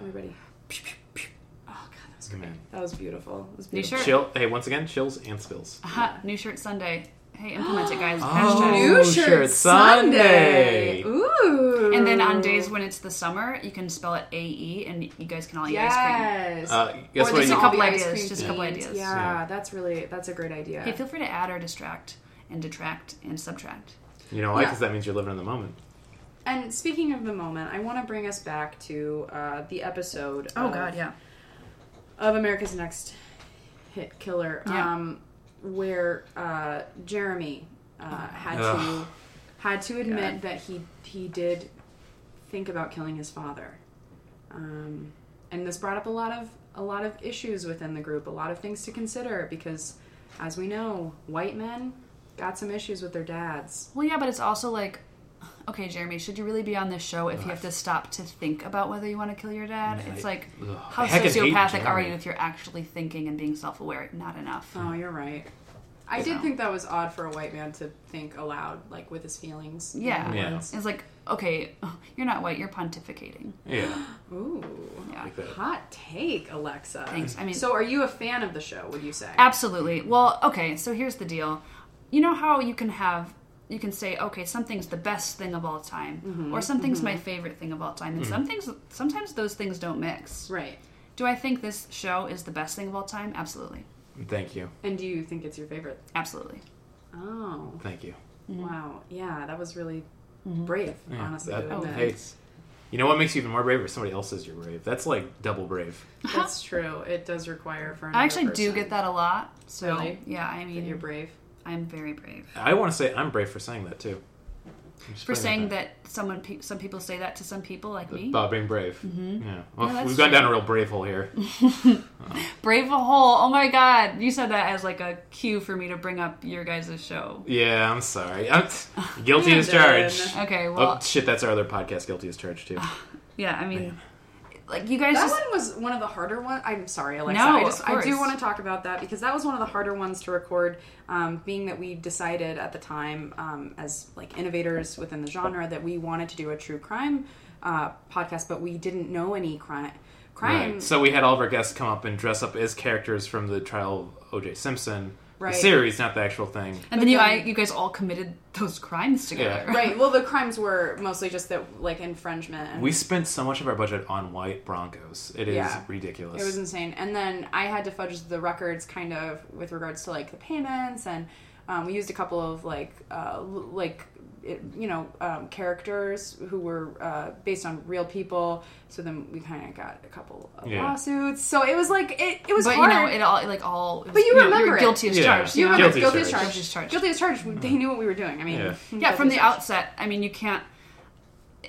Speaker 4: everybody. Oh god, that was great.
Speaker 2: Man.
Speaker 4: That was beautiful. That was
Speaker 5: New
Speaker 4: beautiful.
Speaker 5: shirt.
Speaker 2: Chill. Hey, once again, chills and spills.
Speaker 5: Aha, new shirt Sunday. Hey, implement it, guys.
Speaker 2: Oh.
Speaker 5: Hashtag.
Speaker 4: New
Speaker 2: New
Speaker 4: shirt,
Speaker 2: shirt Sunday.
Speaker 4: Sunday.
Speaker 2: Oh.
Speaker 4: Ooh.
Speaker 5: And then on days when it's the summer, you can spell it AE and you guys can all eat ice
Speaker 4: yes.
Speaker 2: Uh, guess what?
Speaker 4: Or they
Speaker 5: just
Speaker 2: you-
Speaker 5: a
Speaker 4: can all
Speaker 5: couple
Speaker 4: be
Speaker 5: ideas,
Speaker 4: ice cream
Speaker 5: just a couple
Speaker 4: themed.
Speaker 5: ideas.
Speaker 4: Yeah, that's really that's a great idea.
Speaker 5: cream. Hey, feel free to add or distract and detract and subtract.
Speaker 2: You know why?
Speaker 4: Yeah.
Speaker 2: Because that means you're living in the moment.
Speaker 4: And speaking of the moment, I want to bring us back to uh, the episode.
Speaker 2: Oh,
Speaker 4: of,
Speaker 5: Oh, yeah.
Speaker 4: of America's Next Hit Killer,
Speaker 5: Yeah.
Speaker 4: um, where uh, Jeremy uh, had
Speaker 2: Ugh.
Speaker 4: to had to admit that he he did think about killing his father, um, and this brought up a lot of a lot of issues within the group, a lot of things to consider because, as we know, white men got some issues with their dads.
Speaker 5: Well, yeah, but it's also like, okay, Jeremy, should you really be on this show if you have to stop to think about whether you want to kill your dad?
Speaker 2: I-
Speaker 5: It's like,
Speaker 2: Ugh,
Speaker 5: how
Speaker 2: I heckin' hate
Speaker 5: sociopathic are
Speaker 2: Jeremy.
Speaker 5: you if you're actually thinking and being self aware? Not enough.
Speaker 4: Oh, you're right. I did think that was odd for a white man to think aloud, like with his feelings.
Speaker 5: Yeah.
Speaker 2: Yeah.
Speaker 5: It's like, okay, you're not white, you're pontificating.
Speaker 2: Yeah.
Speaker 4: Ooh.
Speaker 5: Yeah.
Speaker 2: Like that.
Speaker 4: Hot take, Alexa.
Speaker 5: Thanks. I mean-
Speaker 4: so are you a fan of the show? Would you say?
Speaker 5: Absolutely. Well, okay, so here's the deal. You know how you can have you can say, okay, something's the best thing of all time,
Speaker 4: Mm-hmm,
Speaker 5: or something's my favorite thing of all time, and
Speaker 4: Mm.
Speaker 5: some things sometimes those things don't mix.
Speaker 4: Right.
Speaker 5: Do I think this show is the best thing of all time? Absolutely,
Speaker 2: Thank you.
Speaker 4: And do you think it's your favorite?
Speaker 5: absolutely.
Speaker 4: Oh,
Speaker 2: Thank you.
Speaker 5: Mm-hmm.
Speaker 4: wow. Yeah, that was really brave,
Speaker 2: Yeah,
Speaker 4: honestly.
Speaker 2: that-
Speaker 4: to
Speaker 5: Oh,
Speaker 4: admit.
Speaker 2: hey, it's- you know what makes you even more brave if somebody else says you're brave? That's like double brave.
Speaker 4: That's true. It does require for another
Speaker 5: I actually do
Speaker 4: person
Speaker 5: get that a lot. So
Speaker 4: Really?
Speaker 5: yeah, I
Speaker 4: that you're
Speaker 5: mean,
Speaker 4: brave.
Speaker 5: I'm very brave
Speaker 2: I want to say I'm brave for saying that too. I'm just
Speaker 5: for
Speaker 2: putting
Speaker 5: saying
Speaker 2: out
Speaker 5: that someone pe- some people say that to some people like
Speaker 2: there.
Speaker 5: me. Mm-hmm.
Speaker 2: about being brave. Yeah. Well,
Speaker 5: No, that's
Speaker 2: we've gone
Speaker 5: true.
Speaker 2: down a real brave hole here.
Speaker 5: Brave a hole. Oh my god, you said that as like a cue for me to bring up your guys' show.
Speaker 2: Yeah, I'm sorry. I'm guilty as
Speaker 4: Brandon.
Speaker 2: charged.
Speaker 5: Okay, well,
Speaker 2: Oh shit, that's our other podcast, Guilty as Charged too.
Speaker 5: yeah, I mean, like you guys
Speaker 4: That
Speaker 5: just
Speaker 4: one was one of the harder ones. I'm sorry, Alexa.
Speaker 5: No,
Speaker 4: I just
Speaker 5: of
Speaker 4: I do
Speaker 5: course.
Speaker 4: want to talk about that because that was one of the harder ones to record. Um, being that we decided at the time, um, as like innovators within the genre, that we wanted to do a true crime uh, podcast, but we didn't know any crime. Crime.
Speaker 2: Right. So we had all of our guests come up and dress up as characters from the trial of O.J. Simpson,
Speaker 4: Right.
Speaker 2: the series, not the actual thing.
Speaker 5: And then you, I,
Speaker 4: then-
Speaker 5: you guys all committed those crimes together.
Speaker 2: Yeah.
Speaker 4: Right. Well, the crimes were mostly just that, like infringement. And
Speaker 2: We spent so much of our budget on white Broncos. It is
Speaker 4: Yeah.
Speaker 2: ridiculous.
Speaker 4: It was insane. And then I had to fudge the records kind of with regards to like the payments, and um, we used a couple of like uh, l- like it, you know um, characters who were uh, based on real people. So then we kind of got a couple of
Speaker 2: Yeah.
Speaker 4: lawsuits. So it was like it, it was
Speaker 5: But
Speaker 4: hard.
Speaker 5: you know, it all like all. It was,
Speaker 4: But you
Speaker 5: know,
Speaker 4: remember
Speaker 5: were
Speaker 4: it.
Speaker 5: guilty as
Speaker 2: Yeah.
Speaker 5: charged.
Speaker 4: you
Speaker 5: You know?
Speaker 4: remember
Speaker 2: Guilty
Speaker 4: guilty,
Speaker 2: as
Speaker 4: as charged.
Speaker 2: charged.
Speaker 5: Guilty as charged.
Speaker 4: Guilty as charged. They knew what we were doing. I mean,
Speaker 2: Yeah.
Speaker 5: Yeah,
Speaker 4: guilty
Speaker 5: from the
Speaker 4: as charged.
Speaker 5: outset. I mean, you can't.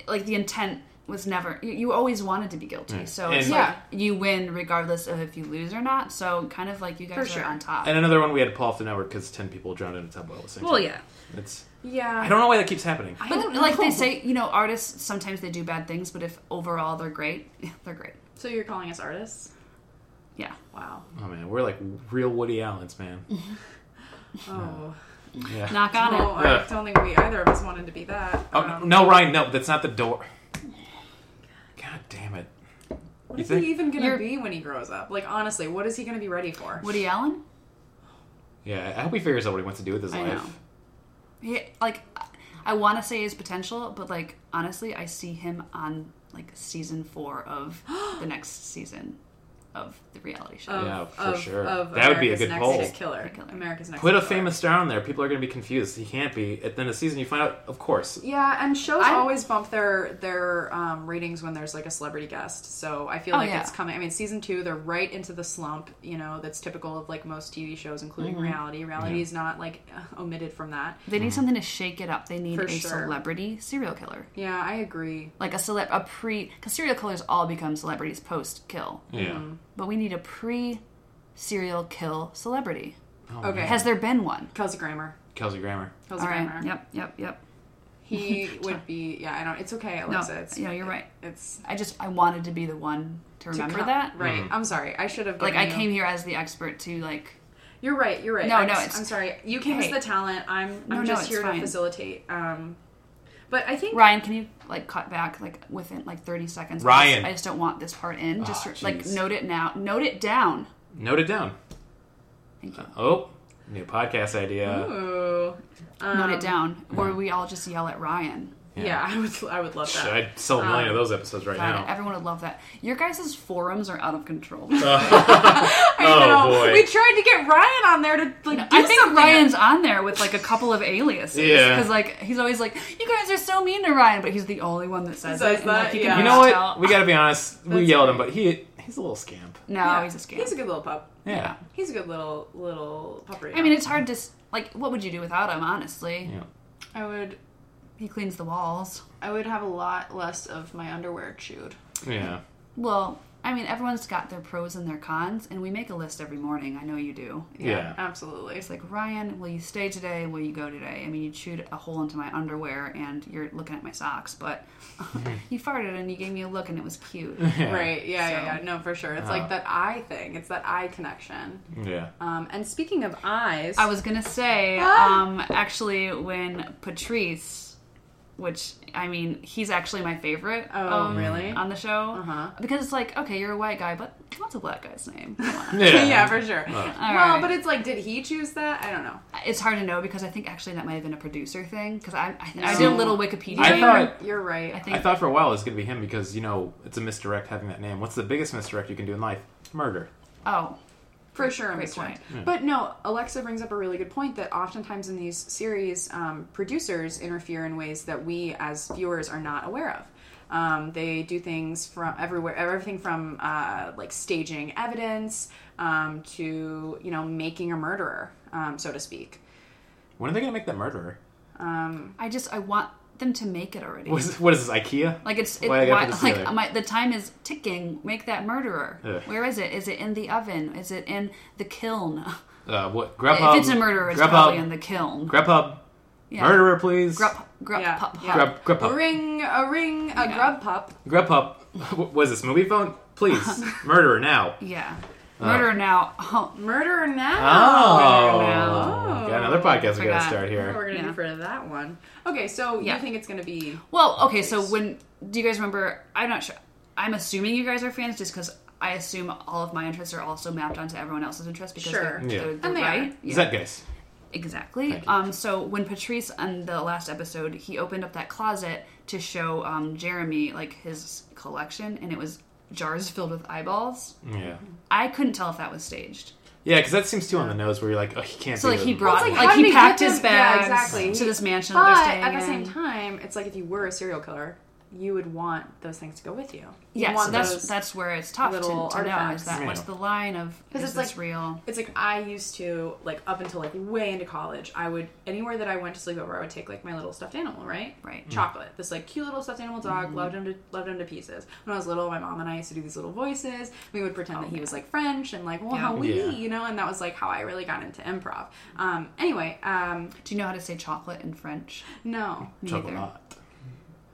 Speaker 5: Like the intent was never. You, you always wanted to be guilty, so it's
Speaker 2: Mm. And-
Speaker 5: like
Speaker 4: Yeah.
Speaker 5: you win regardless of if you lose or not. So kind of like you guys
Speaker 4: For
Speaker 5: are
Speaker 4: sure.
Speaker 5: on top.
Speaker 2: And another one we had to pull off the network because ten people drowned in a tub at the same
Speaker 5: well,
Speaker 2: time.
Speaker 5: yeah.
Speaker 2: It's
Speaker 4: Yeah.
Speaker 2: I don't know why that keeps happening.
Speaker 4: I
Speaker 5: But
Speaker 4: don't
Speaker 5: like they
Speaker 4: know.
Speaker 5: say, you know, artists sometimes they do bad things, but if overall they're great, they're great.
Speaker 4: So you're calling us artists?
Speaker 5: Yeah.
Speaker 4: Wow.
Speaker 2: Oh man, we're like real Woody Allen's man.
Speaker 4: Oh.
Speaker 2: Yeah.
Speaker 5: Knock on
Speaker 4: No,
Speaker 5: it.
Speaker 4: I don't think we either of us wanted to be that.
Speaker 2: Oh,
Speaker 4: Um,
Speaker 2: no, Ryan, no, that's not the door. God damn it.
Speaker 4: What
Speaker 2: You
Speaker 4: is
Speaker 2: think?
Speaker 4: he even gonna
Speaker 5: You're-
Speaker 4: be when he grows up? Like honestly, what is he gonna be ready for?
Speaker 5: Woody Allen.
Speaker 2: Yeah, I hope he figures out what he wants to do with his
Speaker 5: I
Speaker 2: life.
Speaker 5: know. he, like I want to say his potential, but like honestly, I see him on like season four of the next season of the reality show.
Speaker 4: Of-
Speaker 2: Yeah, for
Speaker 4: of-
Speaker 2: sure.
Speaker 4: of
Speaker 2: That would be a
Speaker 4: America's
Speaker 2: good
Speaker 4: Next
Speaker 2: poll.
Speaker 4: Hit Killer.
Speaker 5: Killer.
Speaker 4: America's next.
Speaker 2: Put a
Speaker 4: Hit
Speaker 2: famous star on there. People are going to be confused. He can't be. At the end of the season, you find out, of course.
Speaker 4: Killer. Yeah, and shows
Speaker 5: I-
Speaker 4: always bump their their um, ratings when there's like a celebrity guest. So I feel
Speaker 5: Oh,
Speaker 4: like
Speaker 5: yeah.
Speaker 4: it's coming. I mean, season two, they're right into the slump. You know, that's typical of like most TV shows, including
Speaker 5: Mm-hmm.
Speaker 4: reality. Reality is not like omitted from that.
Speaker 5: they need something to shake it up. They need
Speaker 4: For
Speaker 5: a
Speaker 4: sure.
Speaker 5: celebrity serial killer,
Speaker 4: Yeah, I agree.
Speaker 5: like a celeb, a pre, because serial killers all become celebrities post kill,
Speaker 2: Yeah.
Speaker 5: but we need a pre serial kill celebrity.
Speaker 2: Oh,
Speaker 4: Okay,
Speaker 5: Has there been one?
Speaker 4: Kelsey Grammer.
Speaker 2: Kelsey Grammer.
Speaker 4: Kelsey
Speaker 5: All right.
Speaker 4: Grammer.
Speaker 5: Yep. Yep. Yep.
Speaker 4: He would be. Yeah, I don't. It's okay,
Speaker 5: No.
Speaker 4: Alexa. it's,
Speaker 5: yeah, you're right.
Speaker 4: It's
Speaker 5: I just I wanted to be the one to remember
Speaker 4: co-
Speaker 5: that.
Speaker 4: Right. I'm sorry. I should have.
Speaker 5: Like
Speaker 4: given
Speaker 5: I
Speaker 4: you-
Speaker 5: came here as the expert to like
Speaker 4: You're right. You're right.
Speaker 5: No,
Speaker 4: I'm,
Speaker 5: no,
Speaker 4: s-
Speaker 5: it's-
Speaker 4: I'm sorry. You came as
Speaker 5: Hey.
Speaker 4: the talent. I'm.
Speaker 5: No,
Speaker 4: I'm
Speaker 5: no,
Speaker 4: just
Speaker 5: it's
Speaker 4: here
Speaker 5: fine.
Speaker 4: to facilitate. Um, but I think
Speaker 5: Ryan, can you like cut back like within like 30 seconds? I
Speaker 2: Ryan.
Speaker 5: just, I just don't want this part in. Just
Speaker 2: Ah,
Speaker 5: like
Speaker 2: jeez.
Speaker 5: note it now. Note it down.
Speaker 2: Note it down.
Speaker 5: Thank you.
Speaker 2: Oh, new podcast idea.
Speaker 4: Ooh.
Speaker 5: note it down. Or we all just yell at Ryan.
Speaker 4: Yeah. I would. I would love
Speaker 2: Shit,
Speaker 4: that.
Speaker 2: I'd sell a million of those episodes right
Speaker 5: Um, God,
Speaker 2: now.
Speaker 5: Uh, everyone would love that. Your guys' forums are out of control.
Speaker 2: Oh, boy.
Speaker 4: We tried to get Ryan on there to like. do
Speaker 5: I think
Speaker 4: something.
Speaker 5: Ryan's on there with like a couple of aliases.
Speaker 2: Yeah.
Speaker 5: Because like he's always like, you guys are so mean to Ryan, but he's the only one that says,
Speaker 4: Says
Speaker 5: it.
Speaker 4: that,
Speaker 5: like,
Speaker 4: yeah.
Speaker 5: can
Speaker 2: You know
Speaker 5: just
Speaker 2: what?
Speaker 5: tell-
Speaker 2: We got to be honest. we
Speaker 4: That's
Speaker 2: yelled at him, but he he's a little scamp.
Speaker 5: no,
Speaker 4: Yeah.
Speaker 5: he's a scam.
Speaker 4: He's a good little pup.
Speaker 2: Yeah.
Speaker 4: He's a good little little puppery.
Speaker 5: I mean, it's hard to s- like. What would you do without him? Honestly,
Speaker 2: Yeah.
Speaker 4: I would.
Speaker 5: he cleans the walls.
Speaker 4: I would have a lot less of my underwear chewed.
Speaker 2: Yeah.
Speaker 5: Well, I I mean, everyone's got their pros and their cons, and we make a list every morning. I know you do.
Speaker 2: Yeah.
Speaker 4: absolutely.
Speaker 5: It's like, Ryan, will you stay today? Will you go today? I mean, you chewed a hole into my underwear and you're looking at my socks, but you farted and you gave me a look and it was cute.
Speaker 2: Yeah.
Speaker 4: Right. Yeah, yeah,
Speaker 5: So-
Speaker 4: yeah. No, for sure. It's like that eye thing. It's that eye connection.
Speaker 2: Yeah.
Speaker 4: Um, and speaking of eyes,
Speaker 5: I was gonna say,
Speaker 4: Ah.
Speaker 5: um, actually, when Patrice, which I mean, he's actually my favorite.
Speaker 4: Oh,
Speaker 5: um,
Speaker 4: really?
Speaker 5: On the show,
Speaker 4: Uh-huh.
Speaker 5: because it's like, okay, you're a white guy, but what's a black guy's name? Come on.
Speaker 4: yeah. for sure.
Speaker 5: All
Speaker 4: well,
Speaker 5: right.
Speaker 4: but it's like, did he choose that? I don't know.
Speaker 5: it's hard to know because I think actually that might have been a producer thing because I I, I did a little Wikipedia.
Speaker 2: I thought-
Speaker 4: You're right.
Speaker 5: I think
Speaker 2: I thought for a while it was going to be him because, you know, it's a misdirect having that name. What's the biggest misdirect you can do in life? Murder.
Speaker 5: oh
Speaker 4: For sure,
Speaker 5: Great
Speaker 4: Mr. Right.
Speaker 5: point.
Speaker 4: But no, Alexa brings up a really good point that oftentimes in these series, um, producers interfere in ways that we as viewers are not aware of. Um, they do things from everywhere, everything from uh, like staging evidence um, to you know making a murderer, um, so to speak.
Speaker 2: When are they going to make that murderer?
Speaker 5: I just I want them to make it already.
Speaker 2: What is, what is this, Ikea?
Speaker 5: Like it's it,
Speaker 2: Why I gotta
Speaker 5: why,
Speaker 2: put this
Speaker 5: like
Speaker 2: together?
Speaker 5: my, the time is ticking. Make that murderer.
Speaker 2: Ugh.
Speaker 5: Where is it? Is it in the oven? Is it in the kiln?
Speaker 2: Uh, what? Grubhub.
Speaker 5: if it's a murderer, it's
Speaker 2: Grubhub.
Speaker 5: probably in the kiln.
Speaker 2: Grubhub.
Speaker 5: Yeah.
Speaker 2: Murderer, please.
Speaker 5: Grup, grup,
Speaker 4: Yeah,
Speaker 5: pup,
Speaker 4: yeah.
Speaker 5: pup.
Speaker 2: Grub, grub
Speaker 4: A
Speaker 2: pup.
Speaker 4: ring, a ring, a grub pup.
Speaker 2: Grubhub. What was this movie phone? Please. Murderer now.
Speaker 5: Yeah.
Speaker 2: Uh.
Speaker 5: Murderer now. Oh,
Speaker 4: Murderer now.
Speaker 2: Oh.
Speaker 5: now.
Speaker 2: Got another podcast we got
Speaker 5: Forgot.
Speaker 2: to start
Speaker 4: We're
Speaker 2: here.
Speaker 4: gonna
Speaker 5: Yeah.
Speaker 4: get rid of that one. Okay, so
Speaker 5: Yeah.
Speaker 4: you think it's gonna be?
Speaker 5: Well, okay, so when do you guys remember? I'm not sure. I'm assuming you guys are fans just because I assume all of my interests are also mapped onto everyone else's interests because
Speaker 4: Sure.
Speaker 5: they're,
Speaker 2: Yeah.
Speaker 5: they're,
Speaker 4: And they
Speaker 5: they're
Speaker 4: are.
Speaker 5: right. Yeah.
Speaker 2: Zeitgeist.
Speaker 5: Exactly. Um, so when Patrice on the last episode, he opened up that closet to show um, Jeremy like his collection, and it was jars filled with eyeballs.
Speaker 2: Yeah.
Speaker 5: I couldn't tell if that was staged.
Speaker 2: Mm-hmm. Yeah, because that seems too on the nose where you're like, oh, he can't
Speaker 5: So
Speaker 2: be
Speaker 5: like he
Speaker 2: with-
Speaker 5: brought
Speaker 4: Well, it's
Speaker 5: like,
Speaker 4: like, how did
Speaker 5: he
Speaker 4: he
Speaker 5: packed
Speaker 4: get
Speaker 5: his
Speaker 4: them- yeah,
Speaker 5: bags
Speaker 4: exactly.
Speaker 5: to this mansion that
Speaker 4: But
Speaker 5: they're staying
Speaker 4: at the
Speaker 5: in.
Speaker 4: same time, it's like if you were a serial killer, you would want those things to go with you. You
Speaker 5: Yeah, so
Speaker 4: want
Speaker 5: that's
Speaker 4: those-
Speaker 5: that's where it's tough to, to
Speaker 4: little
Speaker 5: know is
Speaker 4: artifacts.
Speaker 5: that
Speaker 2: Yeah.
Speaker 5: what's the line of is
Speaker 4: it's
Speaker 5: this
Speaker 4: like-
Speaker 5: real?
Speaker 4: It's like I used to like up until like way into college. I would anywhere that I went to sleep over, I would take like my little stuffed animal, right?
Speaker 5: Right.
Speaker 2: Mm.
Speaker 4: Chocolate, this like cute little stuffed animal
Speaker 5: Mm-hmm.
Speaker 4: dog. Loved him to loved him to pieces. When I was little, my mom and I used to do these little voices. We would pretend that he was like French and like well how we
Speaker 2: Yeah.
Speaker 4: you know, and that was like how I really got into improv. Um, anyway, um,
Speaker 5: Do you know how to say chocolate in French?
Speaker 4: no,
Speaker 2: Chocolate.
Speaker 5: Neither.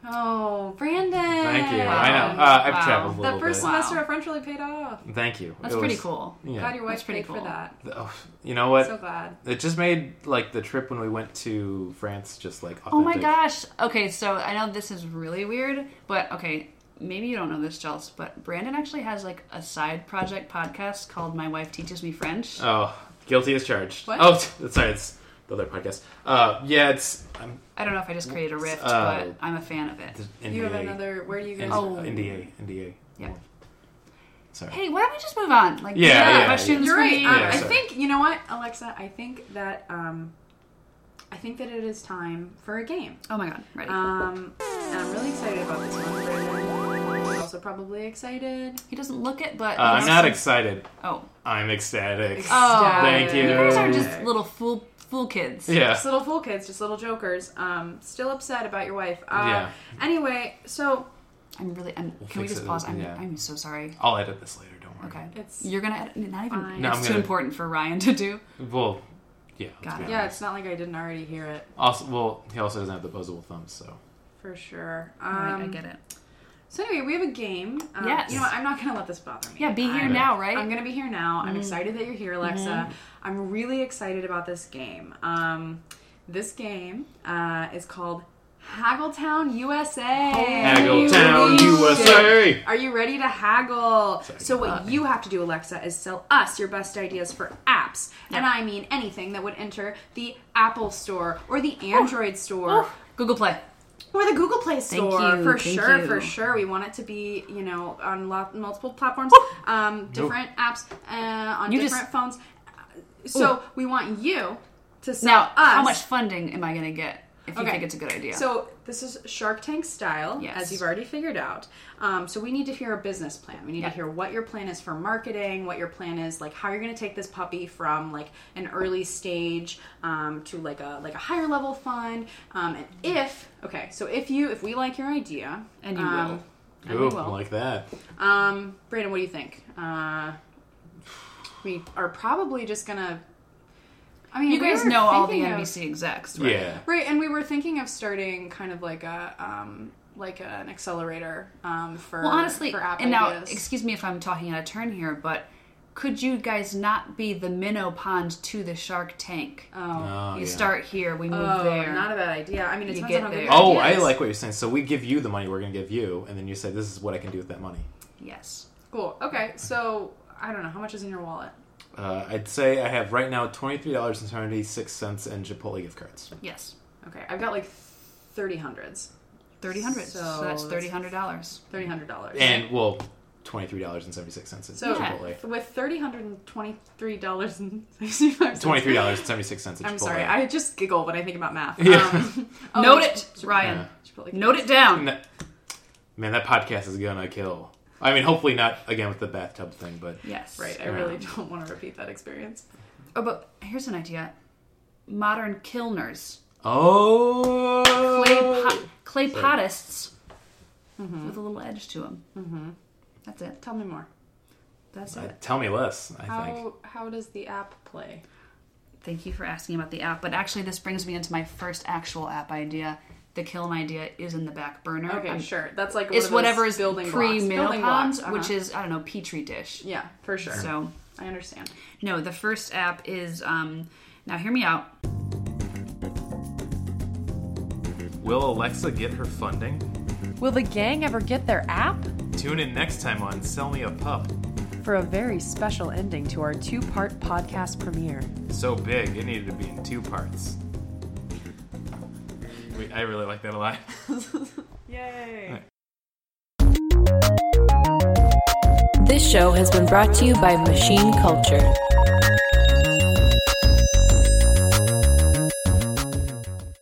Speaker 4: oh Brandon,
Speaker 2: Thank you. I
Speaker 5: Wow.
Speaker 2: know. Uh, I've
Speaker 5: Wow.
Speaker 2: traveled a little
Speaker 4: That first
Speaker 5: Wow.
Speaker 4: semester of French really paid off.
Speaker 2: bit. Thank you.
Speaker 5: That's
Speaker 2: It
Speaker 5: pretty
Speaker 2: was-
Speaker 5: cool.
Speaker 2: Yeah.
Speaker 4: Glad your
Speaker 5: That's
Speaker 4: wife
Speaker 5: pretty
Speaker 4: paid for
Speaker 5: cool.
Speaker 4: that.
Speaker 2: Oh, you know what?
Speaker 4: So glad.
Speaker 2: It just made like the trip when we went to France just like authentic.
Speaker 5: Oh my gosh. Okay, so I know this is really weird, but okay, maybe you don't know this, Chels, but Brandon actually has like a side project podcast called My Wife Teaches Me French.
Speaker 2: Oh, guilty as charged.
Speaker 4: What?
Speaker 2: Oh, t- sorry, it's the other podcast. Uh, yeah, it's I'm
Speaker 5: I don't know if I just created a rift,
Speaker 2: Uh,
Speaker 5: but I'm a fan of it.
Speaker 2: the NDA.
Speaker 4: You have another. Where do you
Speaker 2: N-
Speaker 4: guys?
Speaker 5: Oh.
Speaker 2: NDA. NDA.
Speaker 5: Yeah.
Speaker 2: Sorry.
Speaker 5: Hey, why don't we just move on? Like,
Speaker 2: Yeah,
Speaker 5: yeah,
Speaker 2: yeah,
Speaker 5: questions
Speaker 4: You're right.
Speaker 5: we-
Speaker 4: Um,
Speaker 2: Yeah,
Speaker 4: I
Speaker 2: sorry.
Speaker 4: think you know what, Alexa. I think that um, I think that it is time for a game.
Speaker 5: Oh my god, ready.
Speaker 4: Um, and I'm really excited about this one. Brandon. You're also probably excited.
Speaker 5: he doesn't look it, but
Speaker 2: Uh, I'm not excited.
Speaker 5: Oh.
Speaker 2: I'm ecstatic.
Speaker 5: Oh.
Speaker 2: Thank you.
Speaker 5: You guys are just
Speaker 4: Okay.
Speaker 5: little fool fool kids.
Speaker 2: Yeah.
Speaker 4: Just little fool kids, just little jokers. Um, still upset about your wife. Uh,
Speaker 2: Yeah.
Speaker 4: Anyway, so
Speaker 5: I'm really. I'm, can we
Speaker 2: fix
Speaker 5: just
Speaker 2: it.
Speaker 5: pause? I'm,
Speaker 2: Yeah.
Speaker 5: I'm so sorry.
Speaker 2: I'll edit this later. Don't worry.
Speaker 5: Okay.
Speaker 4: It's
Speaker 5: You're gonna edit. Not even.
Speaker 4: fine. No,
Speaker 5: it's
Speaker 2: I'm
Speaker 5: too
Speaker 2: gonna-
Speaker 5: important for Ryan to do.
Speaker 2: Well, yeah. let's
Speaker 5: Got
Speaker 2: be
Speaker 5: it.
Speaker 4: yeah,
Speaker 2: honest.
Speaker 4: it's not like I didn't already hear it
Speaker 2: Also, well, he also doesn't have the buzzable thumbs, so
Speaker 4: for sure.
Speaker 5: Right, I
Speaker 4: Um,
Speaker 5: get it.
Speaker 4: So anyway, we have a game. Um,
Speaker 5: Yes.
Speaker 4: You know, what, I'm not gonna let this bother me.
Speaker 5: Yeah, be here
Speaker 4: I'm-
Speaker 5: now, right? Mm-hmm.
Speaker 4: I'm gonna be here now. I'm excited that you're here, Alexa. I'm really excited about this game. Um, this game uh, is called Haggletown USA.
Speaker 2: Haggletown,
Speaker 4: Holy shit.
Speaker 2: USA.
Speaker 4: Are you ready to haggle? So what you have to do, Alexa, is sell us your best ideas for apps, and I mean anything that would enter the Apple Store or the Android
Speaker 5: Oh.
Speaker 4: Store
Speaker 5: Google Play.
Speaker 4: or the Google Play Store
Speaker 5: you,
Speaker 4: for
Speaker 5: thank
Speaker 4: sure,
Speaker 5: you.
Speaker 4: for sure. We want it to be, you know, on lo- multiple platforms, um, different apps uh, on
Speaker 5: You
Speaker 4: different
Speaker 5: just-
Speaker 4: phones. So we want you to sell
Speaker 5: Now,
Speaker 4: us.
Speaker 5: how much funding am I going to get if you
Speaker 4: Okay.
Speaker 5: think it's a good idea?
Speaker 4: So this is Shark Tank style,
Speaker 5: Yes.
Speaker 4: as you've already figured out. Um, so we need to hear a business plan. We need
Speaker 5: Yeah.
Speaker 4: to hear what your plan is for marketing, what your plan is like, how you're going to take this puppy from like an early stage um, to like a like a higher level fund. Um, and if okay, so if you if we like your idea
Speaker 5: And you
Speaker 4: um,
Speaker 5: will.
Speaker 4: And
Speaker 2: Ooh,
Speaker 4: we will.
Speaker 2: like that.
Speaker 4: Um, Brandon, what do you think? Uh, we are probably just gonna. I mean,
Speaker 5: You
Speaker 4: we
Speaker 5: guys
Speaker 4: were
Speaker 5: know all the
Speaker 4: thinking of-
Speaker 5: NBC execs, right?
Speaker 2: Yeah.
Speaker 4: right? And we were thinking of starting kind of like a um, like an accelerator um, for
Speaker 5: Well, honestly,
Speaker 4: for app
Speaker 5: and now,
Speaker 4: ideas.
Speaker 5: excuse me if I'm talking out of turn here, but could you guys not be the minnow pond to the shark tank?
Speaker 4: oh,
Speaker 2: Oh,
Speaker 5: you
Speaker 2: yeah.
Speaker 5: start here, we move
Speaker 4: Oh,
Speaker 5: there.
Speaker 4: not a bad idea. I mean, it
Speaker 5: You
Speaker 4: depends
Speaker 5: get
Speaker 4: on how
Speaker 5: there.
Speaker 4: good
Speaker 2: Oh,
Speaker 4: your idea
Speaker 2: I
Speaker 4: is.
Speaker 2: like what you're saying. So we give you the money we're going to give you, and then you say, this is what I can do with that money.
Speaker 5: yes.
Speaker 4: Cool. Okay, so I don't know how much is in your wallet.
Speaker 2: Uh, I'd say I have right now $23.76 in Chipotle gift cards.
Speaker 5: Yes.
Speaker 4: Okay, I've got like thirty hundreds,
Speaker 5: Thirty hundred. So,
Speaker 4: So
Speaker 5: that's
Speaker 4: that's-
Speaker 5: thirty hundred dollars.
Speaker 4: thirty hundred dollars,
Speaker 2: And, well, $23.76 in
Speaker 4: So-
Speaker 2: Chipotle.
Speaker 4: with thirty hundred and twenty three dollars and sixty five.
Speaker 2: $23.76 at Chipotle.
Speaker 4: I'm sorry, I just giggle when I think about math.
Speaker 2: Yeah.
Speaker 4: Um, oh,
Speaker 5: Note it, Ryan.
Speaker 2: Yeah.
Speaker 4: Chipotle.
Speaker 5: Note it down.
Speaker 2: No- Man, that podcast is going to kill. I mean, hopefully not again with the bathtub thing, but
Speaker 5: Yes.
Speaker 4: Right, I really don't want to repeat that experience.
Speaker 5: Oh, but here's an idea: modern kilners,
Speaker 2: Oh,
Speaker 5: clay, pot, clay potists,
Speaker 4: Mm-hmm.
Speaker 5: with a little edge to them. Mm-hmm. That's it.
Speaker 4: Tell me more.
Speaker 5: That's
Speaker 2: Uh,
Speaker 5: it.
Speaker 2: tell me less. I think
Speaker 4: How how does the app play?
Speaker 5: Thank you for asking about the app, but actually, this brings me into my first actual app idea. The kiln idea is in the back burner.
Speaker 4: Okay,
Speaker 5: I'm-
Speaker 4: sure. That's like one
Speaker 5: It's
Speaker 4: of those
Speaker 5: whatever is
Speaker 4: building
Speaker 5: pre
Speaker 4: blocks.
Speaker 5: mill
Speaker 4: Building blocks,
Speaker 5: ponds, which
Speaker 4: uh-huh.
Speaker 5: is I don't know petri dish.
Speaker 4: yeah, for sure.
Speaker 5: So
Speaker 4: I understand.
Speaker 5: no, the first app is um, now. Hear me out.
Speaker 6: Will Alexa get her funding?
Speaker 1: Will the gang ever get their app?
Speaker 6: Tune in next time on Sell Me a Pup.
Speaker 1: For a very special ending to our two part podcast premiere.
Speaker 6: So big, it needed to be in two parts. Wait, I really like that a lot.
Speaker 4: Yay!
Speaker 7: This show has been brought to you by Machine Culture.